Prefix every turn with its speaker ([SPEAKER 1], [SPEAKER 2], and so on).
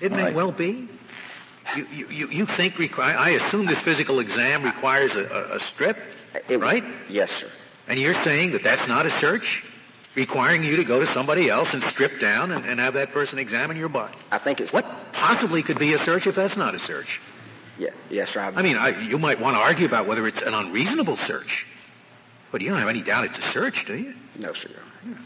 [SPEAKER 1] It
[SPEAKER 2] All
[SPEAKER 1] may
[SPEAKER 2] right.
[SPEAKER 1] well be.
[SPEAKER 3] You, you, you- you think require, I assume this physical exam requires a, a, a strip,
[SPEAKER 2] It-
[SPEAKER 3] right?
[SPEAKER 2] Yes, sir.
[SPEAKER 3] And you're saying that that's not a search? Requiring you to go to somebody else and strip down and, and have that person examine your body.
[SPEAKER 2] I think it's
[SPEAKER 3] What possibly could be a search if that's not a search?
[SPEAKER 2] Yeah, yes, sir.
[SPEAKER 3] I mean, I, you might want to argue about whether it's an unreasonable search. But you don't have any doubt it's a search, do you?
[SPEAKER 2] no, sir. Your Honor.